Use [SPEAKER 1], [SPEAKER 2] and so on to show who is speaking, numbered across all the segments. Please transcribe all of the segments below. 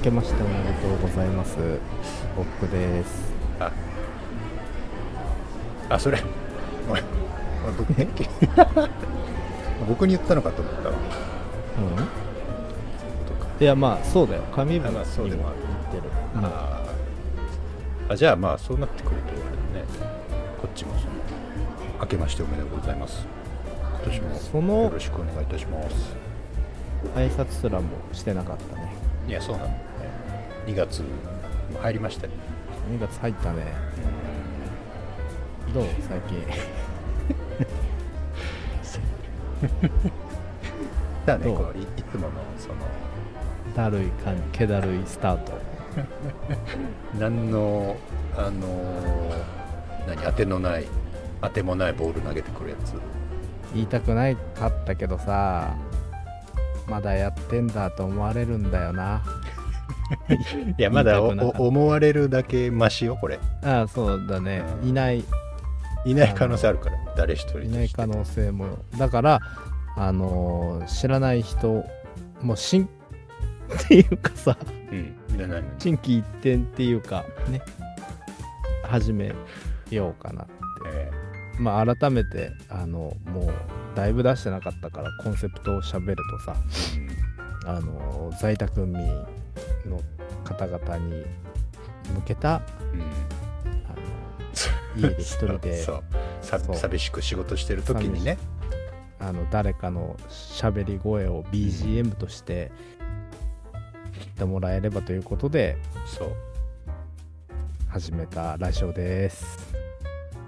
[SPEAKER 1] けましておめでとうございます。ボックです。
[SPEAKER 2] ああそれ
[SPEAKER 3] おいおい僕偏見僕に言ったのかと思ったわ
[SPEAKER 1] うん。
[SPEAKER 3] とか
[SPEAKER 1] いやまあそうだよ。紙分
[SPEAKER 2] あ
[SPEAKER 1] に
[SPEAKER 2] ま
[SPEAKER 1] も
[SPEAKER 2] あそう
[SPEAKER 1] 言っ
[SPEAKER 2] で
[SPEAKER 1] て
[SPEAKER 2] もある
[SPEAKER 1] る。
[SPEAKER 2] あーあじゃあまあそうなってくるとあれだねこっちもその明けましておめでとうございます今年
[SPEAKER 1] その
[SPEAKER 2] もよろしくお願いいたします
[SPEAKER 1] うん。挨拶すらもしてなかったね。
[SPEAKER 2] いやそうなの、ね、2月も入りましたね
[SPEAKER 1] 2月入ったね。どう最近。
[SPEAKER 2] だね
[SPEAKER 1] どう
[SPEAKER 2] このいいつものその
[SPEAKER 1] だるい感じ、気だるいスタート。
[SPEAKER 2] 何のあのー何当てのない当てもないボール投げてくるやつ
[SPEAKER 1] 言いたくないかったけどさ、まだやってんだと思われるんだよな。
[SPEAKER 2] いやまだお
[SPEAKER 1] 言いたくなかった
[SPEAKER 2] お思われるだけマシよこれ
[SPEAKER 1] ああそうだね。
[SPEAKER 2] うん
[SPEAKER 1] いない
[SPEAKER 2] いない可能性あるから誰一人と
[SPEAKER 1] い
[SPEAKER 2] して
[SPEAKER 1] ない可能性もだからあのー知らない人もう 新っていうかさ
[SPEAKER 2] うんいらないの
[SPEAKER 1] 新規一点っていうかね始めようかな
[SPEAKER 2] え
[SPEAKER 1] まあ改めてあのもうだいぶ出してなかったからコンセプトを喋るとさ
[SPEAKER 2] えうん
[SPEAKER 1] あのー在宅民の方々に向けた
[SPEAKER 2] う
[SPEAKER 1] あ
[SPEAKER 2] ん
[SPEAKER 1] の家で一人で
[SPEAKER 2] そうさ
[SPEAKER 1] そう
[SPEAKER 2] 寂しく仕事してる時にね
[SPEAKER 1] あの誰かの喋り声を BGM として言ってもらえればということで
[SPEAKER 2] そう
[SPEAKER 1] 始めたラジオです。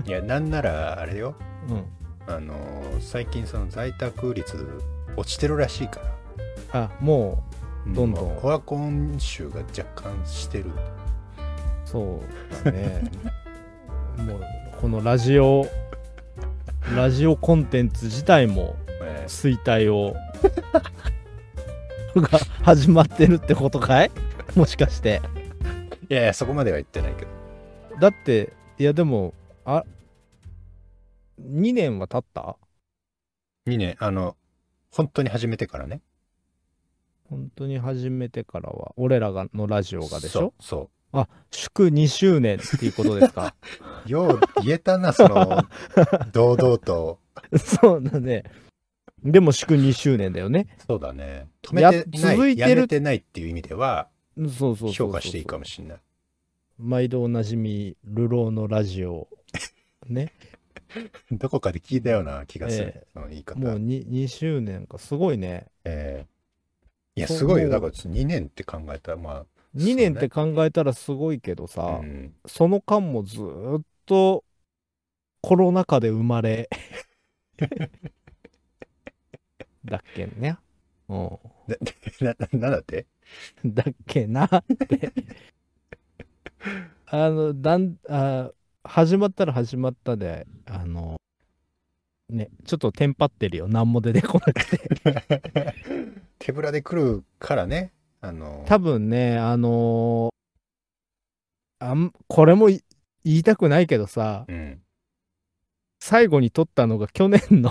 [SPEAKER 2] いやなんならあれよ
[SPEAKER 1] うん。
[SPEAKER 2] あのー最近その在宅率落ちてるらしいから
[SPEAKER 1] あもどんどん
[SPEAKER 2] もうオアコン臭が若干してる
[SPEAKER 1] うそうだ ね。もうこのラジオラジオコンテンツ自体も
[SPEAKER 2] ええ
[SPEAKER 1] 衰退 をが始まってるってことかいもしかして。
[SPEAKER 2] いやいやそこまでは言ってないけど
[SPEAKER 1] だっていやでもあ2年は経った
[SPEAKER 2] 2年あの本当に始めてからね
[SPEAKER 1] 本当に始めてからは俺らがのラジオがでしょ
[SPEAKER 2] そうそう
[SPEAKER 1] あ祝2周年っていうことです か
[SPEAKER 2] よう言えたな、そ の、堂々と。
[SPEAKER 1] そうだねでも祝2周年だよね
[SPEAKER 2] そうだね。止めてない、
[SPEAKER 1] 続いてる
[SPEAKER 2] やめてないっていう意味では、
[SPEAKER 1] そうそうそうそう
[SPEAKER 2] 評価していいかもしれない。
[SPEAKER 1] 毎度おなじみ「流浪のラジ オ」ね
[SPEAKER 2] どこかで聞いたような気がする、その言い方。
[SPEAKER 1] もう 2, 2周年かすごいね
[SPEAKER 2] ええいや、
[SPEAKER 1] そう
[SPEAKER 2] すごい
[SPEAKER 1] も
[SPEAKER 2] よ。
[SPEAKER 1] う
[SPEAKER 2] だから2年って考えたら、まそうね
[SPEAKER 1] 2年って考えたらすごいけど
[SPEAKER 2] あ、
[SPEAKER 1] さ、
[SPEAKER 2] うん
[SPEAKER 1] その間もずーっとコロナ禍で生ま れだっけねうん
[SPEAKER 2] な、ななんだって
[SPEAKER 1] だっけなって。 あの、だん、あ始まったら始まったで、あの、ね、ちょっとテンパってるよ。何も出てこなくて。
[SPEAKER 2] 手ぶらで来るからね、あの、
[SPEAKER 1] 多分ね、あのあん、これもい言いたくないけどさ、
[SPEAKER 2] うん。
[SPEAKER 1] 最後に撮ったのが去年の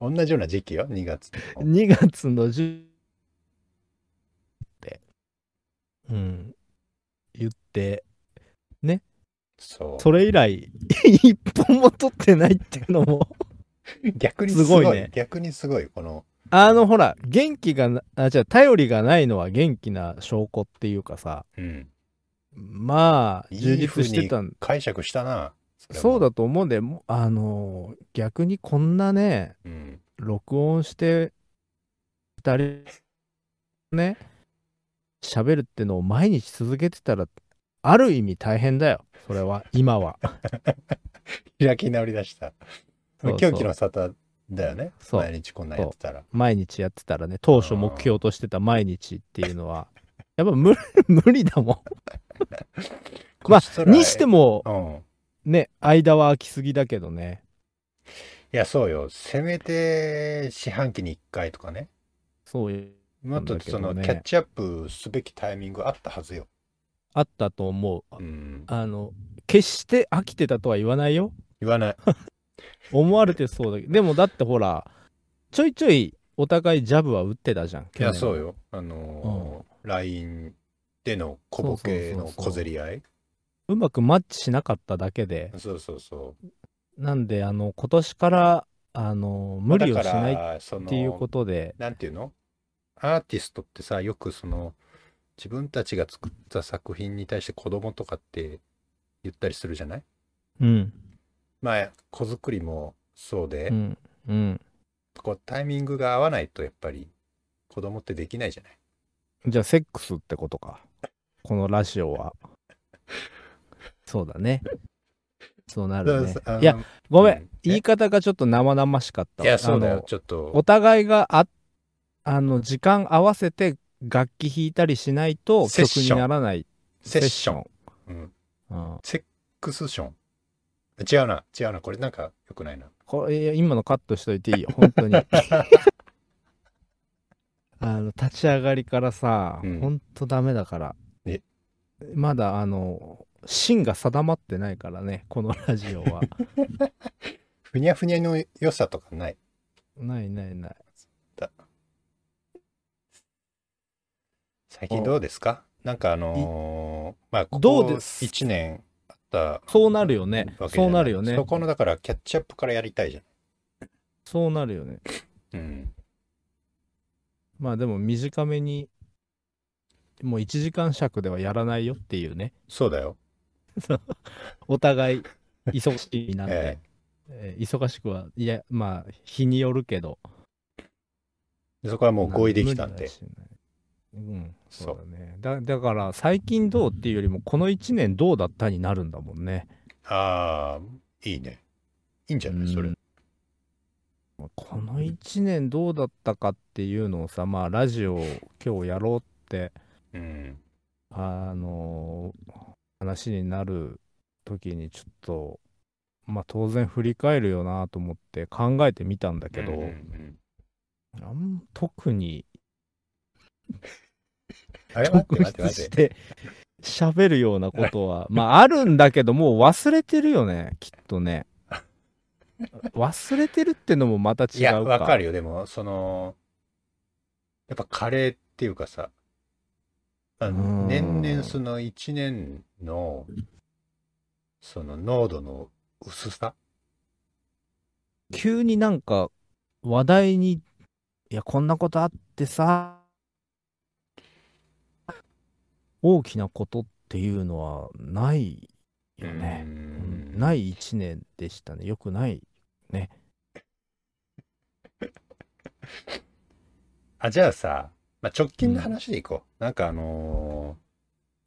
[SPEAKER 2] 同じような時期よ、2月の。
[SPEAKER 1] 2月の10って、うん、言って、
[SPEAKER 2] そう。
[SPEAKER 1] それ以来一本も取ってないっていうのも
[SPEAKER 2] 逆にすご
[SPEAKER 1] す
[SPEAKER 2] い。
[SPEAKER 1] ごいね
[SPEAKER 2] 逆にすごい、この、
[SPEAKER 1] あのほら元気がなあじゃあ頼りがないのは元気な証拠っていうかさ
[SPEAKER 2] うん。
[SPEAKER 1] まあ
[SPEAKER 2] いい
[SPEAKER 1] 充実してたん
[SPEAKER 2] 解釈したな。それも
[SPEAKER 1] そう。だと思うんでもうあのー逆にこんなね
[SPEAKER 2] うん。
[SPEAKER 1] 録音して2人ね喋るってのを毎日続けてたらある意味大変だよそれは今は
[SPEAKER 2] 開き直りだした。
[SPEAKER 1] そうそう
[SPEAKER 2] 狂気の沙汰だよね。
[SPEAKER 1] そう
[SPEAKER 2] 毎日こんなんやってたら。
[SPEAKER 1] 毎日やってたらね当初目標としてた毎日っていうのはやっぱ無理 無理だもんまあにして
[SPEAKER 2] も。
[SPEAKER 1] も
[SPEAKER 2] うん。い
[SPEAKER 1] ね間は空きすぎだけどね
[SPEAKER 2] や、そうよ。せめて、四半期に一回とかね。
[SPEAKER 1] そういう
[SPEAKER 2] もっとそ
[SPEAKER 1] なん
[SPEAKER 2] の、
[SPEAKER 1] だけどね
[SPEAKER 2] キャッチアップすべきタイミングあったはずよ。
[SPEAKER 1] あったと思う
[SPEAKER 2] うん。
[SPEAKER 1] あの決して飽きてたとは言わないよ
[SPEAKER 2] 言 わない。
[SPEAKER 1] 思われてそうだけどでもだってほらちょいちょいお互いジャブは打ってたじゃん
[SPEAKER 2] いや、
[SPEAKER 1] 去年
[SPEAKER 2] そうよ。あのー LINE での小ボケの
[SPEAKER 1] そうそうそうそう
[SPEAKER 2] 小競り合いう
[SPEAKER 1] まくマッチしなかっただけで
[SPEAKER 2] そうそうそう
[SPEAKER 1] なんであの今年からあの無理をしないっ
[SPEAKER 2] って
[SPEAKER 1] いうことで
[SPEAKER 2] なんていうのアーティストってさよくその自分たちが作った作品に対して子供とかって言ったりするじゃない
[SPEAKER 1] うん
[SPEAKER 2] まあ子作りもそうで、
[SPEAKER 1] うんうん
[SPEAKER 2] こうタイミングが合わないとやっぱり子供ってできないじゃない
[SPEAKER 1] じゃあセックスってことかこのラジオ はそうだねそうなるね
[SPEAKER 2] だからさあの
[SPEAKER 1] いやごめ
[SPEAKER 2] うんん
[SPEAKER 1] 言い方がちょっと生々しかった
[SPEAKER 2] い
[SPEAKER 1] わ
[SPEAKER 2] やそうだ
[SPEAKER 1] あの
[SPEAKER 2] よちょっと
[SPEAKER 1] お互いがああの時間合わせて楽器弾いたりしないと
[SPEAKER 2] セッ
[SPEAKER 1] 曲
[SPEAKER 2] ション
[SPEAKER 1] にならない
[SPEAKER 2] セッション
[SPEAKER 1] セッション
[SPEAKER 2] うん
[SPEAKER 1] うん
[SPEAKER 2] クスション違うな違うなこれなんかよくないな
[SPEAKER 1] これいや今のカットしとい ていいよ本当にあの立ち上がりからさ、
[SPEAKER 2] うん
[SPEAKER 1] ほんとダメだから
[SPEAKER 2] え
[SPEAKER 1] まだあの芯が定まってないからねこのラジオ は
[SPEAKER 2] ふにゃふにゃの良さとかない
[SPEAKER 1] ないないない
[SPEAKER 2] 最近どうですかなんかあのーまあこ
[SPEAKER 1] どう
[SPEAKER 2] こ
[SPEAKER 1] です
[SPEAKER 2] 1年あった
[SPEAKER 1] そうなるよね
[SPEAKER 2] わけじゃい
[SPEAKER 1] そうなるよね
[SPEAKER 2] そこのだからキャッチアップからやりたいじゃ
[SPEAKER 1] そうなるよね
[SPEAKER 2] んうん
[SPEAKER 1] まあでも短めにもう1時間尺ではやらないよっていうね
[SPEAKER 2] そうだよ
[SPEAKER 1] お互い忙しいなんで、
[SPEAKER 2] え
[SPEAKER 1] えー忙しくはいやまあ日によるけど
[SPEAKER 2] でそこはもう合意できたん
[SPEAKER 1] 無理
[SPEAKER 2] で
[SPEAKER 1] はしないうん、
[SPEAKER 2] そ
[SPEAKER 1] そううだねだだから最近どうっていうよりもこの1年どうだったになるんだもんね
[SPEAKER 2] ああいいねいいんじゃないそれ
[SPEAKER 1] うんこの1年どうだったかっていうのをさまあラジオを今日やろうって
[SPEAKER 2] うん
[SPEAKER 1] あのー話になる時にちょっとまあ当然振り返るよなと思って考えてみたんだけど、
[SPEAKER 2] うんうんうん
[SPEAKER 1] あん特に
[SPEAKER 2] あれ待っ
[SPEAKER 1] 特
[SPEAKER 2] て待っ
[SPEAKER 1] 筆
[SPEAKER 2] て待っ
[SPEAKER 1] してて喋るようなことはまああるんだけどもう忘れてるよねきっとね忘れてるってのもまた違うか
[SPEAKER 2] いやわかるよでもそのやっぱカレーっていうかさあの
[SPEAKER 1] うん
[SPEAKER 2] 年々その1年のその濃度の薄さ
[SPEAKER 1] 急になんか話題にいやこんなことあってさ大きなことっていうのはないよね、
[SPEAKER 2] う
[SPEAKER 1] う
[SPEAKER 2] ん
[SPEAKER 1] んない1年でしたねよくない
[SPEAKER 2] あじゃあさ、まあ、直近の話でいこう、なんかあの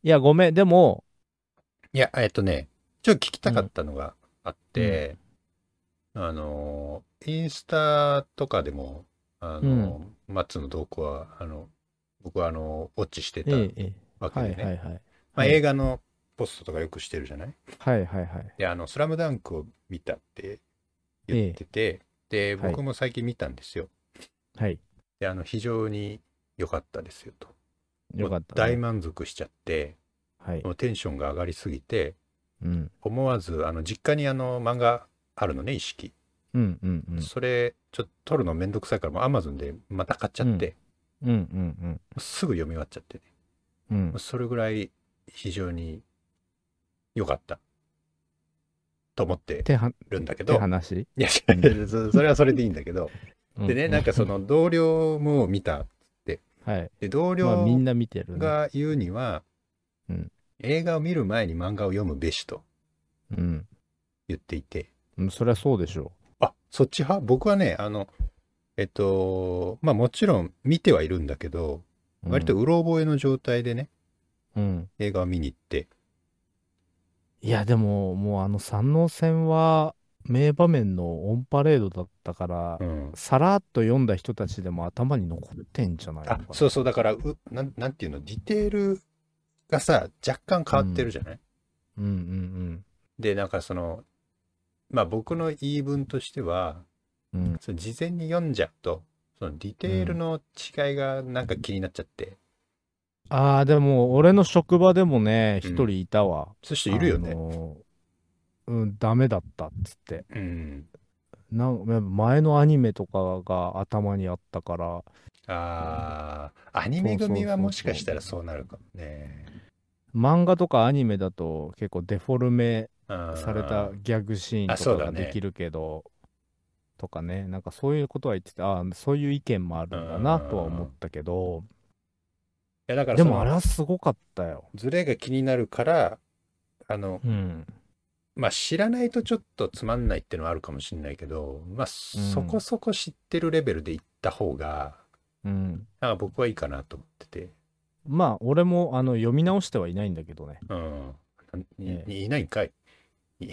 [SPEAKER 1] いやごめんでも
[SPEAKER 2] ーいやえっとねちょっと聞きたかったのがあって、あのーインスタとかでもあのー、マッツの動向はあの僕はあのウォッチしてた
[SPEAKER 1] ええええ
[SPEAKER 2] わけ
[SPEAKER 1] は
[SPEAKER 2] で
[SPEAKER 1] い
[SPEAKER 2] ね、
[SPEAKER 1] はいはい
[SPEAKER 2] まあ、
[SPEAKER 1] はい
[SPEAKER 2] 映画のポストとかよくしてるじゃない
[SPEAKER 1] はいはいはい
[SPEAKER 2] であの「スラムダンクを見たって言ってて、で
[SPEAKER 1] はい
[SPEAKER 2] 僕も最近見たんですよ、
[SPEAKER 1] はい
[SPEAKER 2] であの非常に良かったですよと
[SPEAKER 1] よかった、
[SPEAKER 2] 大
[SPEAKER 1] ね、
[SPEAKER 2] 満足しちゃって
[SPEAKER 1] はい
[SPEAKER 2] もうテンションが上がりすぎて
[SPEAKER 1] うん
[SPEAKER 2] 思わずあの実家にあの漫画あるのね一式、
[SPEAKER 1] うんうんうん
[SPEAKER 2] それちょっと撮るのめんどくさいからもうアマゾンでまた買っちゃって、
[SPEAKER 1] うんうん
[SPEAKER 2] すぐ読み終わっちゃってね
[SPEAKER 1] うんうん
[SPEAKER 2] もうそれぐらい非常に良かったと思って
[SPEAKER 1] 手は
[SPEAKER 2] るんだけ
[SPEAKER 1] 手
[SPEAKER 2] ど
[SPEAKER 1] 話
[SPEAKER 2] いや、そそれはそれでいいんだけど。で
[SPEAKER 1] う
[SPEAKER 2] ね、なんかその同僚も見た。
[SPEAKER 1] はい
[SPEAKER 2] で、同
[SPEAKER 1] まあ
[SPEAKER 2] 僚
[SPEAKER 1] みんな見てるね
[SPEAKER 2] が言うには、
[SPEAKER 1] うん
[SPEAKER 2] 映画を見る前に漫画を読むべしと
[SPEAKER 1] うん
[SPEAKER 2] 言っていて、
[SPEAKER 1] うんそりゃそうでしょ
[SPEAKER 2] あ、そっち派僕はね、あの、えっと、まあもちろん見てはいるんだけど、
[SPEAKER 1] う、うん
[SPEAKER 2] 割とうろ覚えの状態でね、
[SPEAKER 1] うん
[SPEAKER 2] 映画を見に行って、
[SPEAKER 1] いやでももうあの三能戦は名場面のオンパレードだったから、
[SPEAKER 2] うん
[SPEAKER 1] さらっと読んだ人たちでも頭に残ってんじゃないのか
[SPEAKER 2] あ
[SPEAKER 1] な、
[SPEAKER 2] そうそう、だからうなん、なんていうの、ディテールがさ、若干変わってるじゃない、
[SPEAKER 1] うんうん
[SPEAKER 2] で、なんかその、まあ僕の言い分としては、
[SPEAKER 1] うんうん
[SPEAKER 2] その事前に読んじゃうとそのディテールの違いがなんか気になっちゃって、
[SPEAKER 1] ああでも俺の職場でもね一人いたわ、
[SPEAKER 2] そういう人いるよね、
[SPEAKER 1] あのーうん、ダメだったっつって。
[SPEAKER 2] うん
[SPEAKER 1] なんか前のアニメとかが頭にあったから
[SPEAKER 2] ああ、アニメ組はもしかしたらそうなるかもね。
[SPEAKER 1] 漫画とかアニメだと結構デフォルメさ
[SPEAKER 2] さ
[SPEAKER 1] れたギャグシー
[SPEAKER 2] あ
[SPEAKER 1] ン
[SPEAKER 2] そう
[SPEAKER 1] と
[SPEAKER 2] だ
[SPEAKER 1] かが
[SPEAKER 2] ね
[SPEAKER 1] できるけど、とかねなんかそういうことは言っててああそういう意見もあるんだなとは思ったけど
[SPEAKER 2] いやだから
[SPEAKER 1] で
[SPEAKER 2] そ
[SPEAKER 1] もあれ
[SPEAKER 2] の
[SPEAKER 1] はすごかったよ。
[SPEAKER 2] ズレが気になるからあの
[SPEAKER 1] うん、
[SPEAKER 2] まあ知らないとちょっとつまんないってのはあるかもしれないけどまあそこそこ知ってるレベルでいった方が、
[SPEAKER 1] うん、
[SPEAKER 2] なんか僕はいいかなと思ってて、
[SPEAKER 1] まあ俺もあの読み直してはいないんだけどね
[SPEAKER 2] うん、い
[SPEAKER 1] え
[SPEAKER 2] いないんかい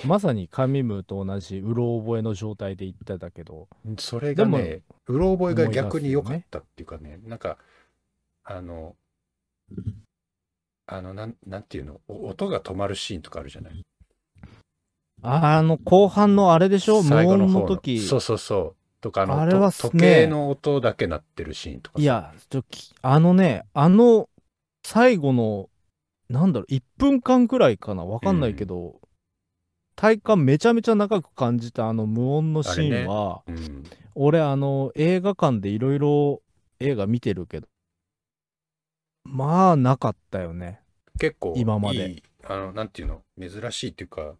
[SPEAKER 1] まさにカミムーと同じうろ覚えの状態で言ってたけど
[SPEAKER 2] それがねうろ覚えが逆に良かったっていうかねなんかあのあのなんなんていうのお音が止まるシーンとかあるじゃない
[SPEAKER 1] ああの後半のあれでしょ無
[SPEAKER 2] 最後の
[SPEAKER 1] 音
[SPEAKER 2] 方
[SPEAKER 1] の時
[SPEAKER 2] そうそうそうとかあの
[SPEAKER 1] あれは
[SPEAKER 2] と
[SPEAKER 1] ね
[SPEAKER 2] 時計の音だけ鳴ってるシーンとかさ
[SPEAKER 1] いやちょきあのねあの最後のなんだろう1分間くらいかなわかんないけど、体感めちゃめちゃ長く感じたあの無音のシーンは、
[SPEAKER 2] うん
[SPEAKER 1] 俺あの映画館でいろいろ映画見てるけどまあなかったよね
[SPEAKER 2] 結構
[SPEAKER 1] 今まで
[SPEAKER 2] いいあのなんていうの珍しいっていうか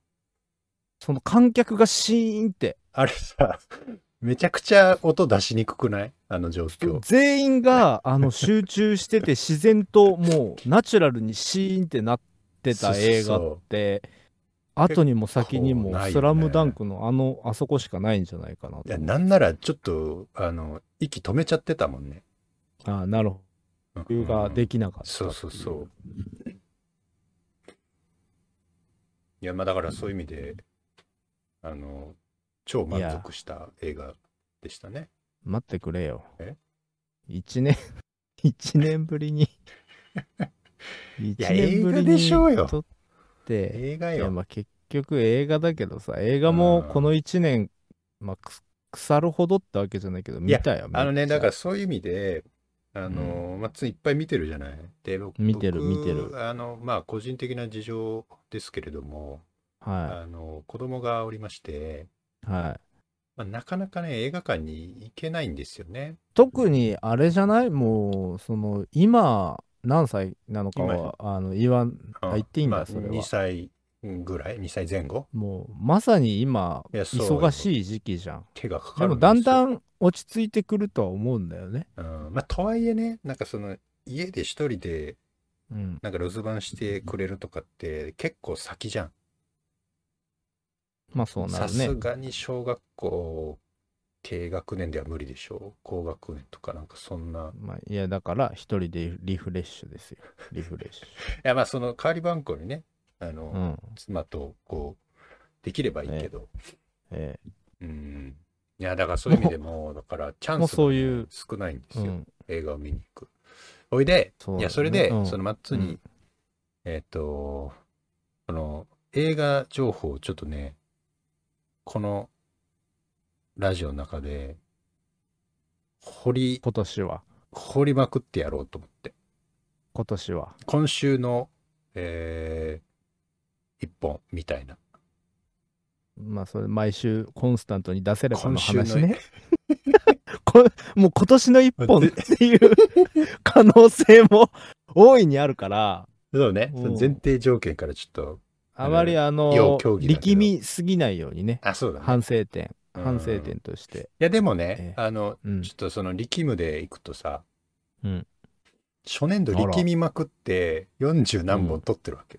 [SPEAKER 1] その観客がシーンって
[SPEAKER 2] あれさ めちゃくちゃ音出しにくくないあの状況
[SPEAKER 1] 全員があの集中して て自然ともうナチュラルにシーンってなってた映画って後にも先に
[SPEAKER 2] 結構
[SPEAKER 1] も
[SPEAKER 2] ないよ
[SPEAKER 1] 「
[SPEAKER 2] ね
[SPEAKER 1] スラムダンクのあのあそこしかないんじゃないかないと
[SPEAKER 2] やなんならちょっとあの息止めちゃってたもんね
[SPEAKER 1] ああなるほど理由ができなかったってい
[SPEAKER 2] そうそうそういやまあだからそういう意味であの超満足した映画でしたね
[SPEAKER 1] 待ってくれよ
[SPEAKER 2] え
[SPEAKER 1] 1年 一年ぶ りに一年ぶり
[SPEAKER 2] 映画でしょう
[SPEAKER 1] に
[SPEAKER 2] よ
[SPEAKER 1] 撮って
[SPEAKER 2] 映画
[SPEAKER 1] いや
[SPEAKER 2] よ
[SPEAKER 1] まあ結局映画だけどさ映画もこの1年、まあ、くす腐るほどってわけじゃないけど見たよ
[SPEAKER 2] あの
[SPEAKER 1] め
[SPEAKER 2] ね、
[SPEAKER 1] っちゃ
[SPEAKER 2] だからそういう意味で、あの、まあ、ついっぱい見てるじゃない。で、僕
[SPEAKER 1] 見てる
[SPEAKER 2] 僕
[SPEAKER 1] 見てる
[SPEAKER 2] あの、まあ、個人的な事情ですけれども、
[SPEAKER 1] は
[SPEAKER 2] あの、子供がおりまして、
[SPEAKER 1] いはい
[SPEAKER 2] まあ、なかなかね、映画館に行けないんですよね。
[SPEAKER 1] 特にあれじゃないもうその今何歳なのかはあの言わん
[SPEAKER 2] うん
[SPEAKER 1] あ言っていいん
[SPEAKER 2] ま
[SPEAKER 1] だ
[SPEAKER 2] あ
[SPEAKER 1] それ
[SPEAKER 2] 2
[SPEAKER 1] は
[SPEAKER 2] 歳ぐらい、2歳前後
[SPEAKER 1] もうまさに今
[SPEAKER 2] いやそう
[SPEAKER 1] 忙しい時期じゃん
[SPEAKER 2] 手がかか
[SPEAKER 1] で
[SPEAKER 2] る
[SPEAKER 1] もだん
[SPEAKER 2] ん
[SPEAKER 1] だん落ち着いてくるとは思うんだよね
[SPEAKER 2] ですよ。うん、まあ、とはいえね、なんかその、家で一人で、
[SPEAKER 1] うん
[SPEAKER 2] なんか留守番してくれるとかって、結構先じゃん。
[SPEAKER 1] まあそうな
[SPEAKER 2] さ
[SPEAKER 1] るね
[SPEAKER 2] すがに小学校低学年では無理でしょう高学年とかなんかそんな
[SPEAKER 1] まあいやだから一人でリフレッシュですよリフレッ シ
[SPEAKER 2] いやまあその代わりばんこにねあの、
[SPEAKER 1] ュうん
[SPEAKER 2] 妻とこうできればいいけど、
[SPEAKER 1] え
[SPEAKER 2] うんいやだからそういう意味でもだからチャンスがね、
[SPEAKER 1] もうそういう
[SPEAKER 2] 少ないんです
[SPEAKER 1] え
[SPEAKER 2] よ、
[SPEAKER 1] うん
[SPEAKER 2] 映画を見に行くおいで
[SPEAKER 1] そうだ
[SPEAKER 2] い
[SPEAKER 1] ね
[SPEAKER 2] やそれで、
[SPEAKER 1] うん
[SPEAKER 2] そのマッツに、
[SPEAKER 1] うん
[SPEAKER 2] えっ、とこの映画情報をちょっとねこのラジオの中で掘り
[SPEAKER 1] 今年は
[SPEAKER 2] 掘りまくってやろうと思って
[SPEAKER 1] 今年は
[SPEAKER 2] 今週のえー、一本みたいな
[SPEAKER 1] まあそれ毎週コンスタントに出せればの
[SPEAKER 2] 今週の
[SPEAKER 1] 話 ねこもう今年の一本っていう可能性も 大いにあるから
[SPEAKER 2] そうね
[SPEAKER 1] うん
[SPEAKER 2] その前提条件からちょっと
[SPEAKER 1] あまりあ
[SPEAKER 2] 要
[SPEAKER 1] の
[SPEAKER 2] 競技だけど
[SPEAKER 1] 力みすぎないようにね
[SPEAKER 2] あそうだね
[SPEAKER 1] 反省点
[SPEAKER 2] うん
[SPEAKER 1] 反省点として
[SPEAKER 2] いやでもね
[SPEAKER 1] ええ
[SPEAKER 2] あの
[SPEAKER 1] うん
[SPEAKER 2] ちょっとその力むでいくとさ、
[SPEAKER 1] うん
[SPEAKER 2] 初年度
[SPEAKER 1] あら
[SPEAKER 2] 力みまくって40何本取ってるわけ、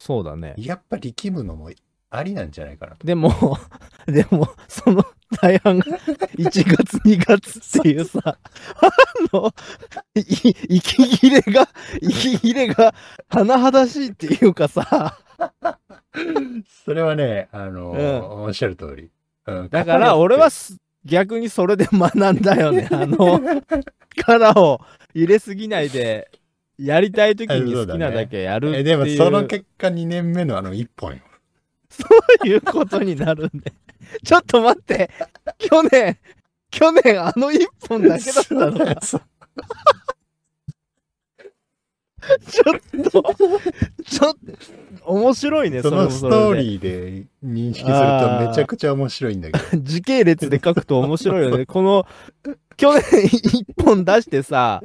[SPEAKER 1] そうだね
[SPEAKER 2] やっぱ力むのもありなんじゃないかなと
[SPEAKER 1] でも でもその大半が1月2月っていうさあのい息切れが息切れが甚だしいっていうかさ
[SPEAKER 2] それはねあの、
[SPEAKER 1] うん
[SPEAKER 2] おっしゃる通り、うん
[SPEAKER 1] だから俺はす逆にそれで学んだよね。あ の力を入れすぎないでやりたい時に好きなだけやるってい
[SPEAKER 2] え
[SPEAKER 1] う,、
[SPEAKER 2] でもその結果2年目のあの1本よ
[SPEAKER 1] いうことになるんで。 ちょっと待って去年去 年あの一本だけだったのが
[SPEAKER 2] そう
[SPEAKER 1] ちょっと、ちょっと、面白いね、
[SPEAKER 2] そ
[SPEAKER 1] れ
[SPEAKER 2] の
[SPEAKER 1] も
[SPEAKER 2] ス
[SPEAKER 1] それで
[SPEAKER 2] トーリーで認識するとめちゃくちゃ面白いんだけど。
[SPEAKER 1] 時系列で書くと面白 いよね。この、去年一本出してさ、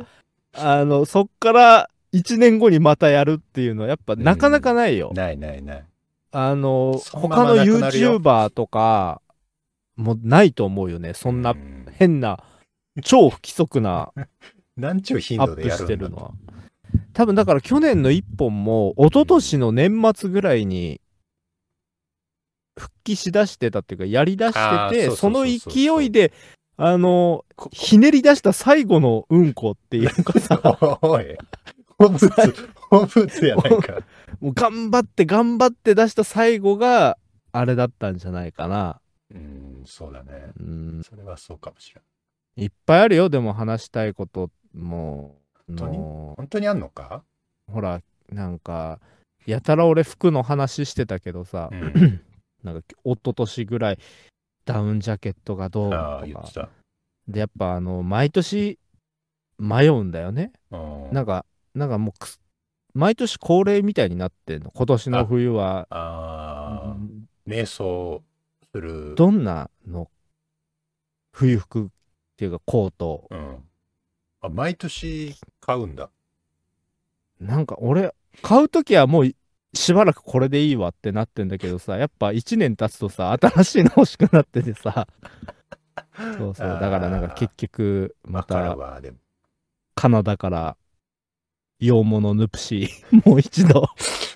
[SPEAKER 1] あの、そっから1年後にまたやるっていうのはやっぱなかなかないよ。
[SPEAKER 2] ないないない。
[SPEAKER 1] あの、
[SPEAKER 2] そのま
[SPEAKER 1] 他
[SPEAKER 2] ま
[SPEAKER 1] の
[SPEAKER 2] なくなるよ
[SPEAKER 1] YouTuber とかもないと思うよね。そん
[SPEAKER 2] う
[SPEAKER 1] な変な、超不規則な
[SPEAKER 2] なんちゅう頻
[SPEAKER 1] ア
[SPEAKER 2] 度
[SPEAKER 1] ッ
[SPEAKER 2] で
[SPEAKER 1] プ
[SPEAKER 2] や
[SPEAKER 1] して
[SPEAKER 2] る
[SPEAKER 1] る
[SPEAKER 2] ん
[SPEAKER 1] の
[SPEAKER 2] だ
[SPEAKER 1] は。多分だから去年の1本も、一昨年の年末ぐらいに、復帰しだしてたっていうか、やりだ
[SPEAKER 2] あ
[SPEAKER 1] し
[SPEAKER 2] ー
[SPEAKER 1] て
[SPEAKER 2] そ
[SPEAKER 1] て、
[SPEAKER 2] うそ
[SPEAKER 1] そう
[SPEAKER 2] そう
[SPEAKER 1] の
[SPEAKER 2] そう
[SPEAKER 1] 勢いで、あの、
[SPEAKER 2] こ
[SPEAKER 1] ひねり出した最後のうんこっていうかさ、
[SPEAKER 2] おい。ホブツ、ホブツやないか。
[SPEAKER 1] もう頑張って頑張って出した最後が、あれだったんじゃないかな。
[SPEAKER 2] うん、そうだね。
[SPEAKER 1] うん、
[SPEAKER 2] それはそうかもしれない。
[SPEAKER 1] いっぱいあるよ、でも話したいこと、もう。
[SPEAKER 2] 当に
[SPEAKER 1] も
[SPEAKER 2] 本当にあんのか
[SPEAKER 1] うほら、なんか、やたら俺服の話してたけどさ、
[SPEAKER 2] うん。
[SPEAKER 1] なんか一昨年ぐらいダウンジャケットがどうと
[SPEAKER 2] ああ、言っ
[SPEAKER 1] か
[SPEAKER 2] てた。
[SPEAKER 1] でやっぱあの毎年迷うんだよね
[SPEAKER 2] うん
[SPEAKER 1] なんかなんかもうくす毎年恒例みたいになってんの今年の冬は
[SPEAKER 2] ああ、
[SPEAKER 1] うん
[SPEAKER 2] 瞑想する。
[SPEAKER 1] どんなの冬服っていうかコート
[SPEAKER 2] うん。あ、毎年買うんだ。
[SPEAKER 1] なんか俺買う時はもうしばらくこれでいいわってなってんだけどさやっぱ1年経つとさ新しいの欲しくなってて さそうそうだからなんか結局ま
[SPEAKER 2] わか
[SPEAKER 1] た
[SPEAKER 2] るわ、でも。
[SPEAKER 1] カナダから、洋物ヌプシー、 もう一度、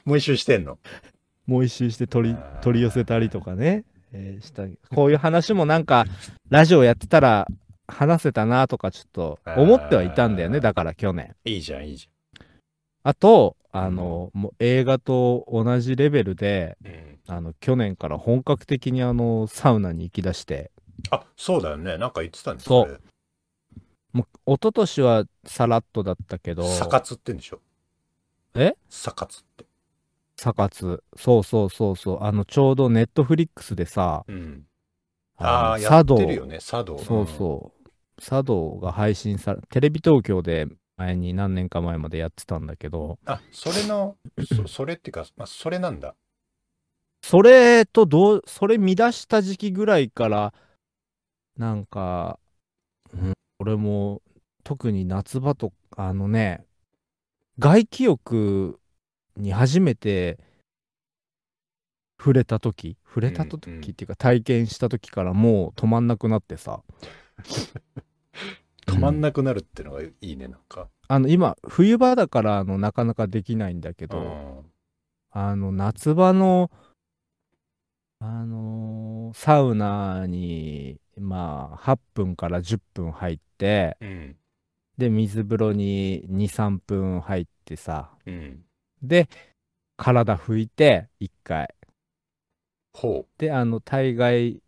[SPEAKER 2] もう一周してんの
[SPEAKER 1] もう一周して取り
[SPEAKER 2] あー、
[SPEAKER 1] 取り寄せたりとかね、えーした。こういう話もなんか、ラジオやってたら話せたなとか、ちょっと思ってはいたんだよ
[SPEAKER 2] あ
[SPEAKER 1] ね、
[SPEAKER 2] ー
[SPEAKER 1] だから去年。
[SPEAKER 2] いいじゃん、いいじ
[SPEAKER 1] あと、あの、もう映画と同じレベルで、
[SPEAKER 2] ゃん。うん。
[SPEAKER 1] あの、去年から本格的にあの、サウナに行き出して、
[SPEAKER 2] あ、そうだよね。なんか言ってたんです
[SPEAKER 1] そうもう、一昨年はさらっとだったけど、
[SPEAKER 2] サカツって言うんでしょ
[SPEAKER 1] え
[SPEAKER 2] サカツって。
[SPEAKER 1] サカツ。そうそうそうそう。あの、ちょうどネットフリックスでさ、
[SPEAKER 2] うん。あ
[SPEAKER 1] あ
[SPEAKER 2] あ、
[SPEAKER 1] の
[SPEAKER 2] や
[SPEAKER 1] 茶
[SPEAKER 2] って
[SPEAKER 1] 道
[SPEAKER 2] るよね、茶道。
[SPEAKER 1] そうそう。茶道が配信され、テレビ東京で前に何年か前までやってたんだけど、
[SPEAKER 2] うん。あ、それの、そそれっていうか、まあ、それなんだ。
[SPEAKER 1] それとどう、それ見出した時期ぐらいから、なんか、うん、俺も特に夏場と、あのね、外気浴に初めて触れた時、触れた時
[SPEAKER 2] うんうん
[SPEAKER 1] っていうか体験した時からもう止まんなくなってさ、
[SPEAKER 2] 止まんなくなるってのがいいね、なんか。
[SPEAKER 1] あの今冬場だからあのなかなかできないんだけ
[SPEAKER 2] う
[SPEAKER 1] ど、
[SPEAKER 2] ん。
[SPEAKER 1] あの夏場の、あのーサウナに、まあ、8分から10分入って、
[SPEAKER 2] うん。
[SPEAKER 1] で、水風呂に2、3分入ってさ、
[SPEAKER 2] うん。
[SPEAKER 1] で、体拭いて、1回。
[SPEAKER 2] ほ
[SPEAKER 1] で、あの、大概、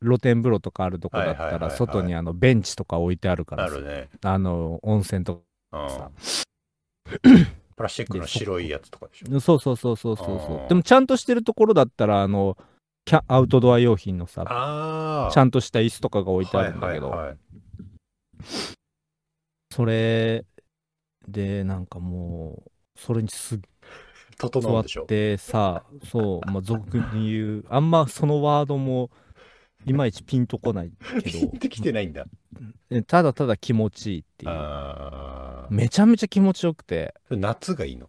[SPEAKER 1] 露天風呂とかあるとこだっ
[SPEAKER 2] はいは
[SPEAKER 1] た
[SPEAKER 2] いはい
[SPEAKER 1] ら、
[SPEAKER 2] はい
[SPEAKER 1] 外にあの、ベンチとか置いてある
[SPEAKER 2] う。
[SPEAKER 1] か
[SPEAKER 2] な
[SPEAKER 1] らさ
[SPEAKER 2] る、ね。
[SPEAKER 1] あの、温泉と
[SPEAKER 2] う
[SPEAKER 1] かさ
[SPEAKER 2] ん。。 プラスチックの白いやつとかでしょ。
[SPEAKER 1] そうそうそうそうそうそ
[SPEAKER 2] あー
[SPEAKER 1] う。でも、ちゃんとしてるところだったら、あの、キャアウトドア用品のさ、
[SPEAKER 2] ああ。
[SPEAKER 1] ちゃんとした椅子とかが置いてあるんだけど、
[SPEAKER 2] はいはいはい
[SPEAKER 1] それでなんかもうそれにすっ
[SPEAKER 2] 整
[SPEAKER 1] 座
[SPEAKER 2] うん
[SPEAKER 1] っ
[SPEAKER 2] でしょ。
[SPEAKER 1] てさそう、まあ、俗に言うあんまそのワードもいまいちピンとこないけ
[SPEAKER 2] ピン
[SPEAKER 1] ど
[SPEAKER 2] てきてないんだ。
[SPEAKER 1] えただただ気持ちいいっていう
[SPEAKER 2] ああ。
[SPEAKER 1] めちゃめちゃ気持ちよくて
[SPEAKER 2] 夏がいいの。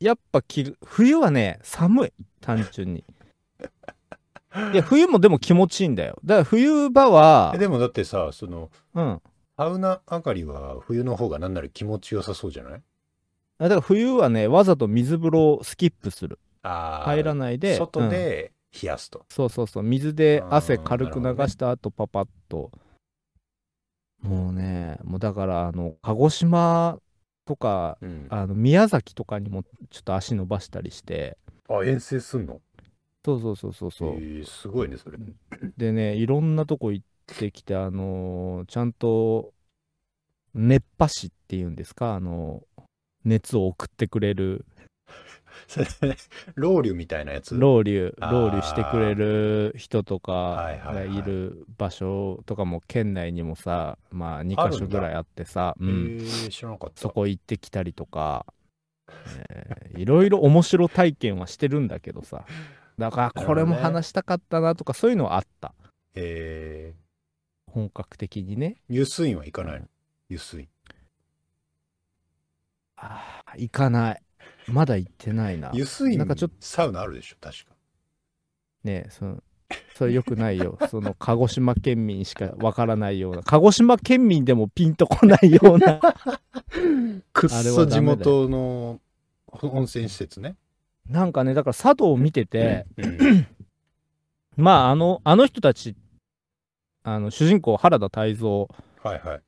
[SPEAKER 1] やっぱ着冬はね寒い単純にいや冬もでも気持ちいいんだよだから冬場は
[SPEAKER 2] えでもだってさ、その、
[SPEAKER 1] うん
[SPEAKER 2] サウナ上がりは冬の方がなんなら気持ちよさそうじゃない
[SPEAKER 1] だから冬はねわざと水風呂をスキップする
[SPEAKER 2] ああ。
[SPEAKER 1] 入らないで
[SPEAKER 2] 外
[SPEAKER 1] うん
[SPEAKER 2] で冷やすと。
[SPEAKER 1] そうそうそう水で
[SPEAKER 2] あ
[SPEAKER 1] 汗
[SPEAKER 2] ー
[SPEAKER 1] 軽く流
[SPEAKER 2] なるほどね
[SPEAKER 1] した後パパッと、もうねもうだからあの鹿児島とか
[SPEAKER 2] うんあ
[SPEAKER 1] あの宮崎とかにもちょっと足伸ばしたりして
[SPEAKER 2] 遠征すんの
[SPEAKER 1] そうそうそうそうそう
[SPEAKER 2] えーすごいね、それ。
[SPEAKER 1] でねいろんなとこ行ってきてあのーちゃんと熱波師っていうんですかあの熱を送ってくれる
[SPEAKER 2] それ ロウリュみたいなやつ。
[SPEAKER 1] ロウリュ、
[SPEAKER 2] あー
[SPEAKER 1] ロウリュしてくれる人と
[SPEAKER 2] は
[SPEAKER 1] か
[SPEAKER 2] いはい
[SPEAKER 1] が
[SPEAKER 2] はい
[SPEAKER 1] いる場所とかも県内にもさ、まあ
[SPEAKER 2] あ
[SPEAKER 1] 2
[SPEAKER 2] る
[SPEAKER 1] か
[SPEAKER 2] ん
[SPEAKER 1] 所
[SPEAKER 2] だ
[SPEAKER 1] ぐらいあってさ、う
[SPEAKER 2] え
[SPEAKER 1] ん、
[SPEAKER 2] ー、知らなかった。
[SPEAKER 1] そこ行ってきたりとか、えーいろいろ面白体験はしてるんだけどさ、だからこれも
[SPEAKER 2] なるほどね
[SPEAKER 1] 話したかったなとかそういうのはあった。
[SPEAKER 2] え
[SPEAKER 1] 本格的にね。
[SPEAKER 2] ー、湯水院は行かないの湯水院。
[SPEAKER 1] あー行かない。まだ行ってないな。
[SPEAKER 2] 湯水院
[SPEAKER 1] なんかちょっと
[SPEAKER 2] サウナあるでしょ、確か。
[SPEAKER 1] ねえそのそれよくないよ その鹿児島県民しかわからないような鹿児島県民でもピンとこないよう な
[SPEAKER 2] くっ
[SPEAKER 1] あれは
[SPEAKER 2] そ
[SPEAKER 1] ダ
[SPEAKER 2] 地
[SPEAKER 1] メだよ
[SPEAKER 2] 元の温泉施設ね。
[SPEAKER 1] なんかねだから佐藤を見てて、
[SPEAKER 2] うん
[SPEAKER 1] まああのあの人たちあの主人公原田泰造
[SPEAKER 2] はいはい。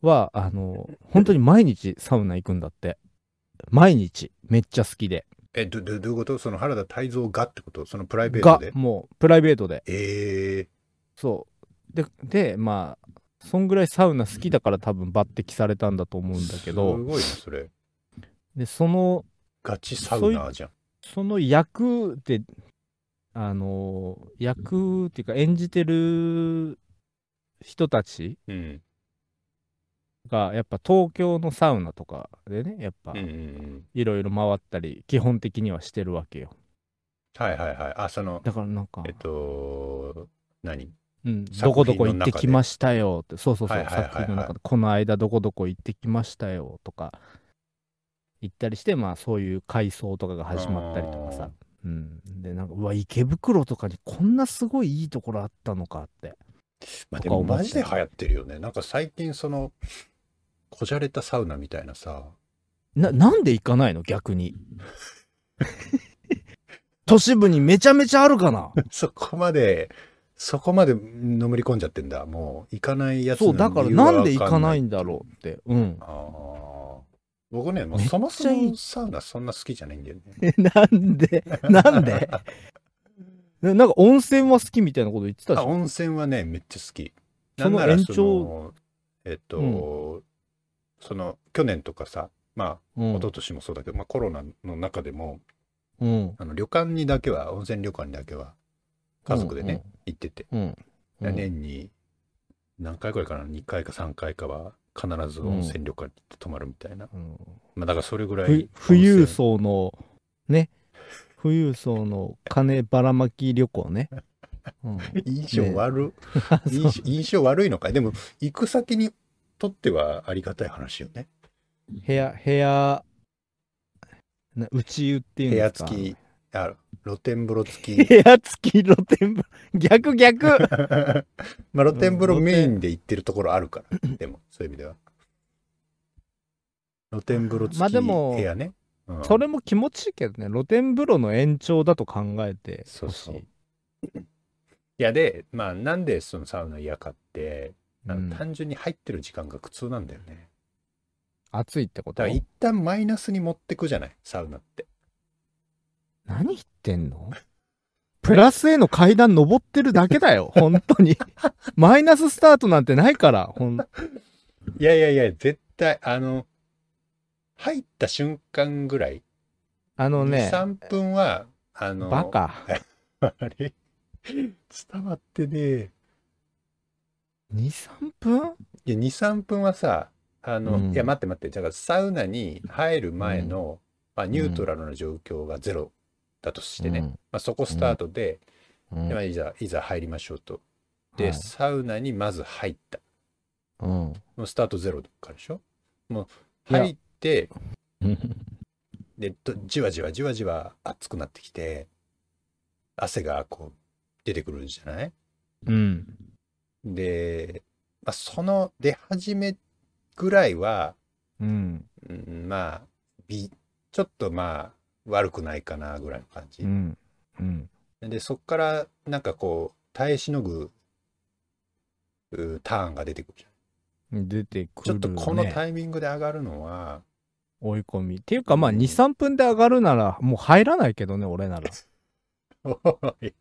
[SPEAKER 1] はあの本当に毎日サウナ行くんだって毎日めっちゃ好きで
[SPEAKER 2] え、ど、どどういうことその原田泰造がってことそのプライベー
[SPEAKER 1] が
[SPEAKER 2] トで。
[SPEAKER 1] もうプライベートで
[SPEAKER 2] え
[SPEAKER 1] そうででまあそんぐらいサウナ好きだから多分抜擢されたんだと思
[SPEAKER 2] ー、
[SPEAKER 1] うんだけ
[SPEAKER 2] す
[SPEAKER 1] ど
[SPEAKER 2] ごいね、それ。
[SPEAKER 1] でその
[SPEAKER 2] ガチサウナーじゃん。
[SPEAKER 1] その役で、あのー役っていうか演じてる人たち
[SPEAKER 2] うん。
[SPEAKER 1] が、やっぱ東京のサウナとかでね、やっぱ
[SPEAKER 2] うんうんうん。
[SPEAKER 1] いろいろ回ったり、基本的にはしてるわけよ。
[SPEAKER 2] はいはいはい。あ、その、
[SPEAKER 1] だからなんか
[SPEAKER 2] えっ、と、何
[SPEAKER 1] うん、
[SPEAKER 2] 作
[SPEAKER 1] どこ
[SPEAKER 2] 品の中で
[SPEAKER 1] どこ行ってきましたよって、そうそうそう、
[SPEAKER 2] はいはいはいはい
[SPEAKER 1] 作品の中で、この間どこどこ行ってきましたよとか、行ったりして、まあそういう回想とかが始まったりとか
[SPEAKER 2] あ
[SPEAKER 1] さう
[SPEAKER 2] ー。
[SPEAKER 1] ん、で、なんか、うわ、池袋とかにこんなすごいいいところあったのかって。
[SPEAKER 2] まあ、
[SPEAKER 1] と
[SPEAKER 2] で
[SPEAKER 1] か
[SPEAKER 2] も
[SPEAKER 1] 思って
[SPEAKER 2] マジで流行ってるよね。なんか最近その、こじゃれたサウナみたいなさ、
[SPEAKER 1] な、なんで行かないの逆に。都市部にめちゃめちゃあるかな
[SPEAKER 2] そこまで、そこまでのめり込んじゃってんだ。もう行かないやつ
[SPEAKER 1] そう、だからなんで行かない
[SPEAKER 2] ん
[SPEAKER 1] んだろうって。 うん。
[SPEAKER 2] ああ。僕ね、もう
[SPEAKER 1] めっちゃいい
[SPEAKER 2] そもそもサウナそんな好きじゃないんだよね。
[SPEAKER 1] え、なんでなんで ななんか温泉は好きみたいなこと言ってたし
[SPEAKER 2] あ、。温泉はね、めっちゃ好き。
[SPEAKER 1] その
[SPEAKER 2] なんなら
[SPEAKER 1] 延
[SPEAKER 2] そ
[SPEAKER 1] 長
[SPEAKER 2] の、えっと、その、去年とかさ、ま
[SPEAKER 1] う
[SPEAKER 2] あ、
[SPEAKER 1] ん
[SPEAKER 2] 一。昨年もそうだけど、まあコロナの中でも、
[SPEAKER 1] うん。
[SPEAKER 2] あの旅館にだけは、温泉旅館にだけは、家族でね、行ってて。
[SPEAKER 1] うん。うん。うん。
[SPEAKER 2] 年に何回くらいかな2回か3回かは必ず温泉旅館に行って泊まるみたいな、
[SPEAKER 1] うん
[SPEAKER 2] まあだからそれぐら
[SPEAKER 1] ふ
[SPEAKER 2] い
[SPEAKER 1] 富裕
[SPEAKER 2] 温
[SPEAKER 1] 層の、ね。富裕層の金ばらまき旅行ね。うん。
[SPEAKER 2] 泉印象悪、
[SPEAKER 1] あ そう
[SPEAKER 2] 印象印象悪いのかいでも行く先にとってはありがたい話よね
[SPEAKER 1] 部屋、部屋、な内湯っていうん
[SPEAKER 2] 部
[SPEAKER 1] で
[SPEAKER 2] 屋
[SPEAKER 1] すか
[SPEAKER 2] 付きあ露天風呂付き
[SPEAKER 1] 部屋付き露天風呂逆逆
[SPEAKER 2] まあ露天風呂メインで行ってるところあるから、でもそういう意味では露天風呂
[SPEAKER 1] ま
[SPEAKER 2] 付
[SPEAKER 1] あ
[SPEAKER 2] き
[SPEAKER 1] でも
[SPEAKER 2] 部屋ね、うん
[SPEAKER 1] それも気持ちいいけどね露天風呂の延長だと考えて
[SPEAKER 2] そ
[SPEAKER 1] ほ
[SPEAKER 2] う
[SPEAKER 1] し
[SPEAKER 2] そう
[SPEAKER 1] い
[SPEAKER 2] いやでまあなんでそのサウナ嫌かってあの
[SPEAKER 1] うん
[SPEAKER 2] 単純に入ってる時間が苦痛なんだよね。
[SPEAKER 1] 暑いってこと
[SPEAKER 2] だから一旦マイナスに持ってくじゃないサウナって。
[SPEAKER 1] 何言ってんのプラスへの階段登ってるだけだよ 本当にマイナススタートなんてないからほん
[SPEAKER 2] いやいやいや、絶対、あの、入った瞬間ぐらい、
[SPEAKER 1] あのね
[SPEAKER 2] 2、3分は、あの、
[SPEAKER 1] バ。カ
[SPEAKER 2] あれ伝わってね
[SPEAKER 1] 23分
[SPEAKER 2] え。いや、2、3分はさ、あの、
[SPEAKER 1] うん
[SPEAKER 2] いや、待って待って、だからサウナに入る前の、まあ、ニュートラルな状況がゼロだとしてね、まあ、そこスタートで、
[SPEAKER 1] うん
[SPEAKER 2] で
[SPEAKER 1] う
[SPEAKER 2] ま
[SPEAKER 1] ん
[SPEAKER 2] あいざ、いざ入りましょうと。で、
[SPEAKER 1] はい
[SPEAKER 2] サウナにまず入った。
[SPEAKER 1] うん
[SPEAKER 2] もうスタートゼロからでしょもう
[SPEAKER 1] いや
[SPEAKER 2] 入って、で、どじわじわじわじわ熱くなってきて、汗がこう出てくるんじゃない
[SPEAKER 1] うん
[SPEAKER 2] で、まあ、その出始めぐらいは、
[SPEAKER 1] うん
[SPEAKER 2] うん、まあ、びちょっとまあ、悪くないかなぐらいの感じ
[SPEAKER 1] う。んうん
[SPEAKER 2] で、そっからなんかこう、耐えしのぐうターンが出てくるじゃん。
[SPEAKER 1] 出てく
[SPEAKER 2] ちょ
[SPEAKER 1] る、
[SPEAKER 2] っ
[SPEAKER 1] ね、
[SPEAKER 2] とこのタイミングで上がるのは、
[SPEAKER 1] 追い込みっていうかまあ
[SPEAKER 2] うん
[SPEAKER 1] 23分で上がるならもう入らないけどね俺なら
[SPEAKER 2] おいい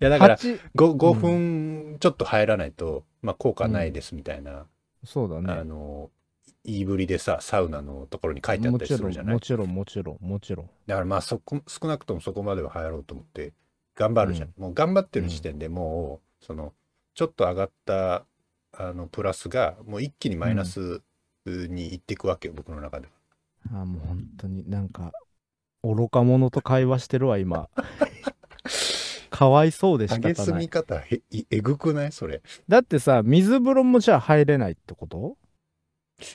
[SPEAKER 2] やだから
[SPEAKER 1] 8
[SPEAKER 2] 5,
[SPEAKER 1] う
[SPEAKER 2] 5
[SPEAKER 1] ん
[SPEAKER 2] 分ちょっと入らないと、まあ効果ないですみたいな、
[SPEAKER 1] そうだ
[SPEAKER 2] あ
[SPEAKER 1] ね
[SPEAKER 2] の言いぶりでさ、サウナのところに書いてあっ
[SPEAKER 1] も
[SPEAKER 2] たり
[SPEAKER 1] ち
[SPEAKER 2] す
[SPEAKER 1] ろ
[SPEAKER 2] るじゃ
[SPEAKER 1] ん、
[SPEAKER 2] ない
[SPEAKER 1] もちろん、もちろん、もちろん。
[SPEAKER 2] だからまあそこ、少なくともそこまでは流行ろうと思って、頑張るじゃん。もう頑張ってる時点でもう、その、ちょっと上がった、あの、プラスが、もう一気にマイナスにいっていくわけよ、僕の中では。
[SPEAKER 1] あーもう本当になんか、愚か者と会話してるわ、 今。かわいそうで仕
[SPEAKER 2] 上げ
[SPEAKER 1] 方
[SPEAKER 2] す
[SPEAKER 1] な
[SPEAKER 2] み
[SPEAKER 1] い。
[SPEAKER 2] 方へいえぐくないそれ。
[SPEAKER 1] だってさ、水風呂もじゃあ入れないってこと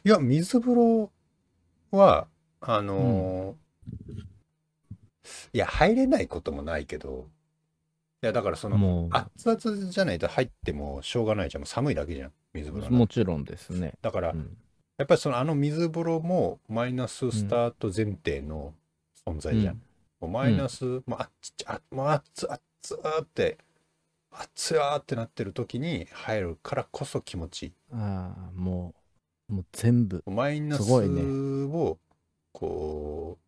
[SPEAKER 2] いや、水風呂は、あのーいや、入れないこともないけど、いや、だからその、
[SPEAKER 1] もう、
[SPEAKER 2] 熱々じゃないと入ってもしょうがないじゃん。もう寒いだけじゃん、水風呂なん
[SPEAKER 1] も
[SPEAKER 2] て
[SPEAKER 1] ちろんですね。
[SPEAKER 2] だから、
[SPEAKER 1] うん
[SPEAKER 2] やっぱりその、あの水風呂もマイナススタート前提の存在じゃん。もうマイナス、もうあっちあ、もうあっつあっつあって、あっつあってなってる時に入るからこそ気持ちいい。
[SPEAKER 1] うんああ、もう、もう全部。
[SPEAKER 2] マイナス
[SPEAKER 1] すごいね
[SPEAKER 2] をこ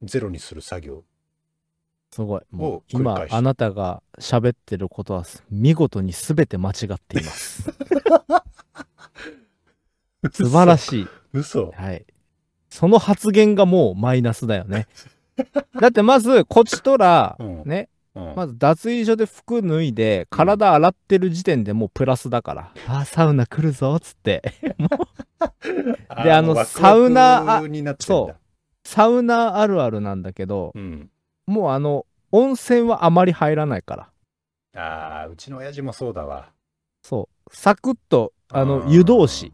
[SPEAKER 2] うゼロにする作業。
[SPEAKER 1] すごい。もう
[SPEAKER 2] を繰り返
[SPEAKER 1] 今
[SPEAKER 2] し、
[SPEAKER 1] あなたが喋ってることは見事に全て間違ってい ます。素晴らしい。
[SPEAKER 2] 嘘。
[SPEAKER 1] はい。その発言がもうマイナスだよ ね。だってまず、こちとら、
[SPEAKER 2] うん
[SPEAKER 1] ね、
[SPEAKER 2] うん
[SPEAKER 1] まず脱衣所で服脱いで、体洗ってる時点でもうプラスだから。あー、サウナ来るぞ、つって。であの
[SPEAKER 2] ワクワク
[SPEAKER 1] サウナあ
[SPEAKER 2] になってん
[SPEAKER 1] そ
[SPEAKER 2] だ。
[SPEAKER 1] サウナあるあるなんだけど
[SPEAKER 2] う、ん。
[SPEAKER 1] もうあの、温泉はあまり入らないから。
[SPEAKER 2] ああうちの親父もそうだわ。
[SPEAKER 1] そう。サクッと、あ
[SPEAKER 2] う
[SPEAKER 1] の、
[SPEAKER 2] ん
[SPEAKER 1] 湯通し。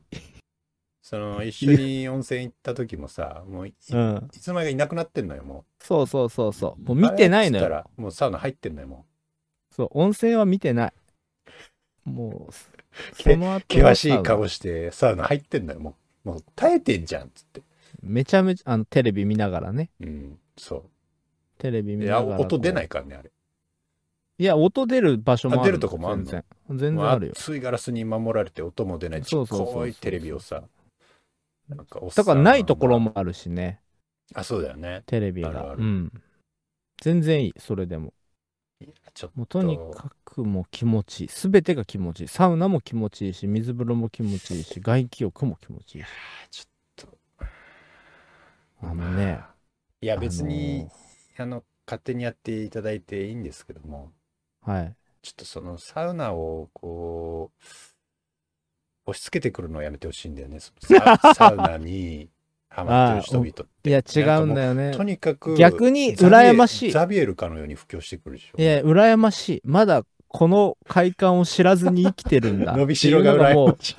[SPEAKER 2] その一緒に温泉行った時もさもうい,、
[SPEAKER 1] うん。
[SPEAKER 2] つの間にかいなくなってんのよも
[SPEAKER 1] そうそうそうそう。もう
[SPEAKER 2] う。
[SPEAKER 1] 見てないの
[SPEAKER 2] あれっつ
[SPEAKER 1] よ。
[SPEAKER 2] ったらもうサウナ入ってんのよも
[SPEAKER 1] そう、温泉は見てない。もう、そ
[SPEAKER 2] け
[SPEAKER 1] の後
[SPEAKER 2] う。険し
[SPEAKER 1] サ
[SPEAKER 2] い
[SPEAKER 1] ウナ
[SPEAKER 2] 顔してサウナ入ってんのよもう。もう耐えてんじゃんっつって。
[SPEAKER 1] めちゃめちゃ、あの、テレビ見ながらね。
[SPEAKER 2] うん。そ
[SPEAKER 1] テレビ
[SPEAKER 2] う。
[SPEAKER 1] 見
[SPEAKER 2] い
[SPEAKER 1] な
[SPEAKER 2] や
[SPEAKER 1] がら。。
[SPEAKER 2] 音出ないいからねあれ。
[SPEAKER 1] いや、音出る場所もあるの。
[SPEAKER 2] あ出るとこもあんの
[SPEAKER 1] 全然。全
[SPEAKER 2] もう
[SPEAKER 1] 然あるよ。
[SPEAKER 2] 熱いガラスに守られて音も出ないち
[SPEAKER 1] そう
[SPEAKER 2] っ
[SPEAKER 1] そうそうそう
[SPEAKER 2] こいテレビをさなんかおっ
[SPEAKER 1] だ
[SPEAKER 2] さん
[SPEAKER 1] からないところもあるしね、
[SPEAKER 2] あそうだよね
[SPEAKER 1] テレビが。
[SPEAKER 2] あるある
[SPEAKER 1] うん。全然いい、それでも。
[SPEAKER 2] いやちょっと
[SPEAKER 1] もうとにかくもう気持ちいい。すべてが気持ちいい。サウナも気持ちいいし、水風呂も気持ちいいし、外気浴も気持ちいいし。
[SPEAKER 2] ちょっと
[SPEAKER 1] あのね、
[SPEAKER 2] いや別に
[SPEAKER 1] あ
[SPEAKER 2] あの勝手にやっていただいていいんですけども
[SPEAKER 1] のーはい。
[SPEAKER 2] ちょっとそのサウナをこう押し付けてくるのをやめてほしいんだよねその ササウナにハマってる人々って
[SPEAKER 1] いや、違うんだよね
[SPEAKER 2] と。にかく
[SPEAKER 1] 逆に
[SPEAKER 2] ザビエ
[SPEAKER 1] 羨ましい
[SPEAKER 2] ザビエルかのように布教してくるでしょ
[SPEAKER 1] いや、羨ましい。まだこの快感を知らずに生きてるんだ。
[SPEAKER 2] 伸びしろが
[SPEAKER 1] って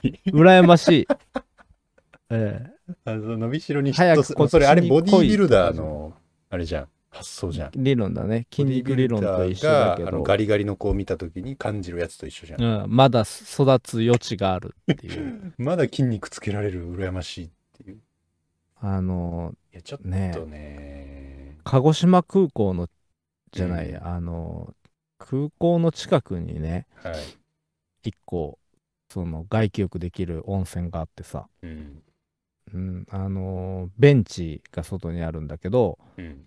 [SPEAKER 1] いうの
[SPEAKER 2] 羨
[SPEAKER 1] も
[SPEAKER 2] ましい。
[SPEAKER 1] う羨ま しい。え
[SPEAKER 2] あの伸びしろに嫉
[SPEAKER 1] 早
[SPEAKER 2] 妬
[SPEAKER 1] く
[SPEAKER 2] す
[SPEAKER 1] こっ
[SPEAKER 2] る。
[SPEAKER 1] ち
[SPEAKER 2] それあれ
[SPEAKER 1] に
[SPEAKER 2] ボディービルダー
[SPEAKER 1] 来い
[SPEAKER 2] の、あれじゃん。発想じゃん
[SPEAKER 1] え。理論だね。筋肉理論と一緒だけ
[SPEAKER 2] ボディービルダーがあの
[SPEAKER 1] ど、
[SPEAKER 2] ガリガリの子を見たときに感じるやつと一緒じゃん。
[SPEAKER 1] うん、まだ育つ余地があるっていう。
[SPEAKER 2] まだ筋肉つけられる、羨ましいっていう。い
[SPEAKER 1] あのー、
[SPEAKER 2] や、ちょっと
[SPEAKER 1] ねえ
[SPEAKER 2] ね。
[SPEAKER 1] 鹿児島空港のじゃない、
[SPEAKER 2] うん
[SPEAKER 1] あの空港の近くにね
[SPEAKER 2] はい。
[SPEAKER 1] 一個その外気浴できる温泉があってさ、
[SPEAKER 2] うん。
[SPEAKER 1] うん、あのベンチが外にあるんだけど
[SPEAKER 2] うん。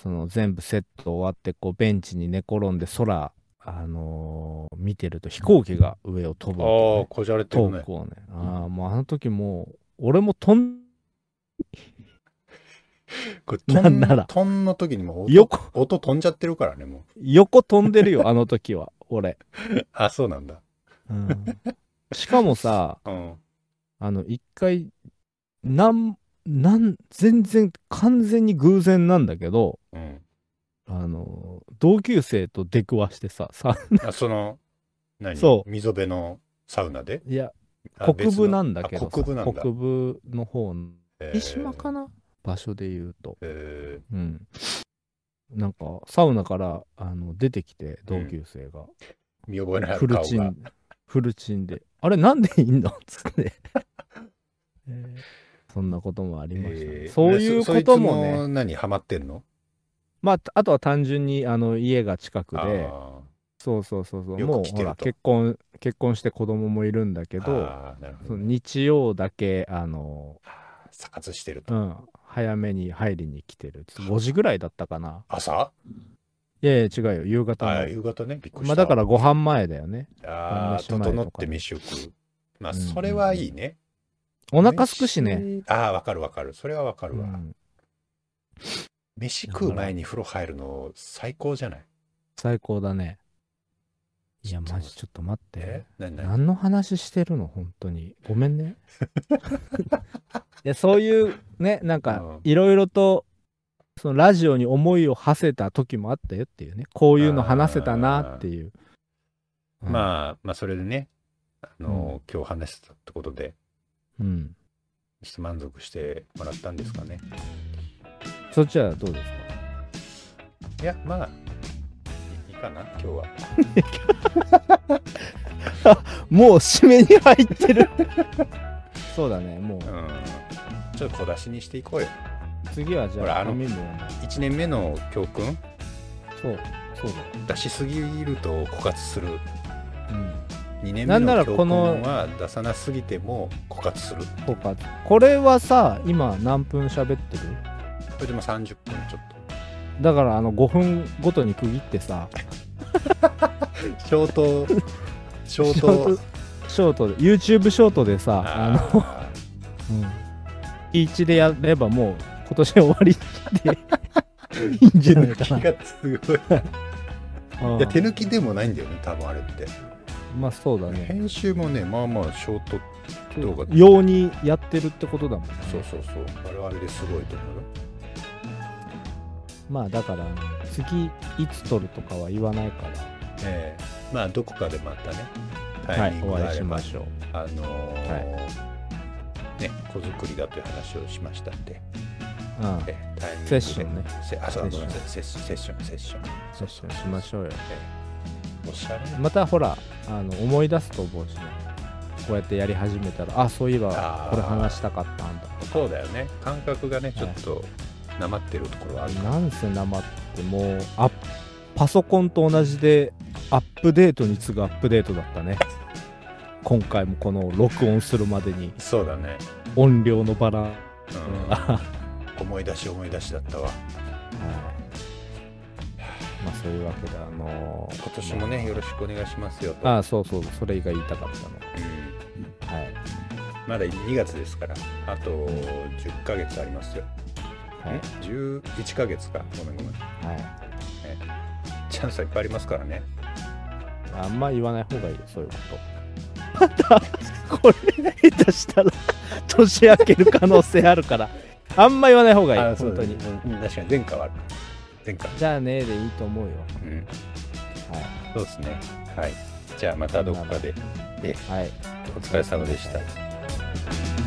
[SPEAKER 1] その全部セット終わってこうベンチに寝転んで空あの見てると飛行機が上を飛ぶ
[SPEAKER 2] ああ
[SPEAKER 1] わけね
[SPEAKER 2] ー、こじゃれて
[SPEAKER 1] 遠
[SPEAKER 2] るね。
[SPEAKER 1] くをねああもうあの時もう俺も飛ん
[SPEAKER 2] これ
[SPEAKER 1] な
[SPEAKER 2] 飛
[SPEAKER 1] んなら
[SPEAKER 2] 飛んの時にもう音
[SPEAKER 1] 横
[SPEAKER 2] 音飛んじゃってるからね、も
[SPEAKER 1] 横飛んでるよあの時は俺、
[SPEAKER 2] う。あ、そうなんだ。
[SPEAKER 1] うん、しかもさ
[SPEAKER 2] うん。
[SPEAKER 1] あの一回なんなん全然完全に偶然なんだけど
[SPEAKER 2] うん。
[SPEAKER 1] あの同級生と出くわしてささ
[SPEAKER 2] あ、その、何
[SPEAKER 1] そ
[SPEAKER 2] 溝辺のサウナで
[SPEAKER 1] いや
[SPEAKER 2] あ
[SPEAKER 1] 国
[SPEAKER 2] 別の
[SPEAKER 1] 部なんだけどさ
[SPEAKER 2] あ国部なんだ
[SPEAKER 1] 国。部の方の
[SPEAKER 2] え
[SPEAKER 1] 三
[SPEAKER 2] ー
[SPEAKER 1] 島かな、場所で言うと
[SPEAKER 2] え
[SPEAKER 1] うんなんかサウナからあの出てきて同級生が、
[SPEAKER 2] ー見覚えのあ
[SPEAKER 1] フ
[SPEAKER 2] る
[SPEAKER 1] ル
[SPEAKER 2] 顔
[SPEAKER 1] チ
[SPEAKER 2] が
[SPEAKER 1] ン。フルチンで「あれなんでいいの?」っ つって、えーそんなこともありましたね、
[SPEAKER 2] えー
[SPEAKER 1] そういうこともね
[SPEAKER 2] そそいつ何ハマってんの
[SPEAKER 1] まあ、あとは単純にあの家が近く
[SPEAKER 2] あ
[SPEAKER 1] で
[SPEAKER 2] ー
[SPEAKER 1] そうそうそうそう
[SPEAKER 2] よく
[SPEAKER 1] もう
[SPEAKER 2] 来てると
[SPEAKER 1] ほら結婚結婚して子供もいるんだけど
[SPEAKER 2] あーなるほ
[SPEAKER 1] そ
[SPEAKER 2] ど
[SPEAKER 1] の
[SPEAKER 2] ね、
[SPEAKER 1] 日曜だけあの、
[SPEAKER 2] あー査活してる
[SPEAKER 1] う
[SPEAKER 2] と。
[SPEAKER 1] ん、早めに入りに来てる5時ぐらいだったかな
[SPEAKER 2] 朝
[SPEAKER 1] いやいや違うよ夕方
[SPEAKER 2] あー
[SPEAKER 1] の
[SPEAKER 2] 夕方ね。びっくりした。
[SPEAKER 1] まあだからご飯前だよね
[SPEAKER 2] らあー
[SPEAKER 1] 晩飯前とかね
[SPEAKER 2] 整って飯食う。まあ、
[SPEAKER 1] うんうんうん
[SPEAKER 2] それはいいね。
[SPEAKER 1] お腹すくしね。
[SPEAKER 2] 飯。ああ、わかるわかる。それはわか
[SPEAKER 1] う
[SPEAKER 2] るわ。
[SPEAKER 1] ん、
[SPEAKER 2] 飯食う前に風呂入るの最高じゃない
[SPEAKER 1] 最高だね。いや、
[SPEAKER 2] ちょっと
[SPEAKER 1] マジちょっと待って
[SPEAKER 2] え。何何
[SPEAKER 1] 何の話してるの本当にごめん ねいやそういうねなん
[SPEAKER 2] うん
[SPEAKER 1] かいろいろとそのラジオに思いを馳せた時もあったよっていうねこういうの話せたなっていう、うん
[SPEAKER 2] まあ、まあ、それでね、あの、今日話したってことで、
[SPEAKER 1] うん
[SPEAKER 2] ちょっと満足してもらったんですかね。
[SPEAKER 1] そっちはどうですか
[SPEAKER 2] いや、まあ、いいいかな、今日は。
[SPEAKER 1] もう締めに入ってる そうだねもう
[SPEAKER 2] うん。ちょっと小出しにしていこうよ。
[SPEAKER 1] 次はじ
[SPEAKER 2] ほ
[SPEAKER 1] ゃ
[SPEAKER 2] ら
[SPEAKER 1] あ
[SPEAKER 2] あの
[SPEAKER 1] 紙も
[SPEAKER 2] 1年目の教訓、
[SPEAKER 1] そうそうだよ
[SPEAKER 2] 出しすぎると枯渇する。
[SPEAKER 1] うん
[SPEAKER 2] 2年
[SPEAKER 1] な
[SPEAKER 2] 目
[SPEAKER 1] んな
[SPEAKER 2] の
[SPEAKER 1] ら
[SPEAKER 2] 教
[SPEAKER 1] こ
[SPEAKER 2] 訓
[SPEAKER 1] の
[SPEAKER 2] は出さなすぎても枯渇する。
[SPEAKER 1] そうかこれはさ今何分喋ってる
[SPEAKER 2] これでも30分ちょっ
[SPEAKER 1] だからあの5分ごとに区切ってさ
[SPEAKER 2] と。消灯、消
[SPEAKER 1] ショー
[SPEAKER 2] 灯
[SPEAKER 1] ト。ショートで YouTube ショートでさあの、
[SPEAKER 2] あ
[SPEAKER 1] うん、1でやればもう今年終わりでいいんじゃない
[SPEAKER 2] ー
[SPEAKER 1] か
[SPEAKER 2] 気
[SPEAKER 1] な、
[SPEAKER 2] がすごい。
[SPEAKER 1] うん
[SPEAKER 2] いや手抜きでもないんだよね多分あれって
[SPEAKER 1] まあそうだね
[SPEAKER 2] 編集もねまあまあショート動画で
[SPEAKER 1] 用にやってるってことだもんね
[SPEAKER 2] そうそうそうあれはあれですごいと思うよ
[SPEAKER 1] まあだから次いつ撮るとかは言わないから
[SPEAKER 2] ええまあどこかでまたねタ
[SPEAKER 1] は
[SPEAKER 2] イミ
[SPEAKER 1] い
[SPEAKER 2] ング
[SPEAKER 1] お
[SPEAKER 2] が
[SPEAKER 1] 会
[SPEAKER 2] あ
[SPEAKER 1] い
[SPEAKER 2] れ
[SPEAKER 1] し
[SPEAKER 2] ば、
[SPEAKER 1] ましょう
[SPEAKER 2] あのーね子作りだという話をしましたんで、
[SPEAKER 1] うん
[SPEAKER 2] ええタイミングで
[SPEAKER 1] セッションね
[SPEAKER 2] せあそ
[SPEAKER 1] セ
[SPEAKER 2] うご
[SPEAKER 1] ッション
[SPEAKER 2] めんなさいセッションセッションセッション
[SPEAKER 1] セッションしましょうよ
[SPEAKER 2] おしゃれな
[SPEAKER 1] またほらあの思い出すと思うしねこうやってやり始めたらあそういえば
[SPEAKER 2] あー
[SPEAKER 1] これ話したかったんだと
[SPEAKER 2] そうだよね感覚がねちょっとなまってるところはあるから、
[SPEAKER 1] なんせ生ってもうあパソコンと同じでアップデートに次ぐアップデートだったね今回もこの録音するまでに
[SPEAKER 2] そうだね、
[SPEAKER 1] 音量のバラ、
[SPEAKER 2] うん
[SPEAKER 1] は
[SPEAKER 2] 思い出し思い出しだったわ
[SPEAKER 1] いまあそういうわけであのー
[SPEAKER 2] 今年もねよろしくお願いしますよと
[SPEAKER 1] ああそうそうそれが言いたかった
[SPEAKER 2] うん
[SPEAKER 1] のはい、
[SPEAKER 2] まだ2月ですからあと10ヶ月ありますよ
[SPEAKER 1] はい
[SPEAKER 2] え11ヶ月かごめんごめん
[SPEAKER 1] はい、
[SPEAKER 2] チャンスはいっぱいありますからね
[SPEAKER 1] あんま言わない方がいいよそういう ことまたこれ下手したら年明ける可能性あるからあんま言わない方がいい
[SPEAKER 2] あ
[SPEAKER 1] 本
[SPEAKER 2] そう
[SPEAKER 1] 当
[SPEAKER 2] だ
[SPEAKER 1] に
[SPEAKER 2] ねうん確かに前回はある前回
[SPEAKER 1] じゃあねでいいと思うよ。
[SPEAKER 2] うん
[SPEAKER 1] は
[SPEAKER 2] そうですねはいじゃあまたどこかで
[SPEAKER 1] い。はい。
[SPEAKER 2] お疲れ様でした
[SPEAKER 1] はい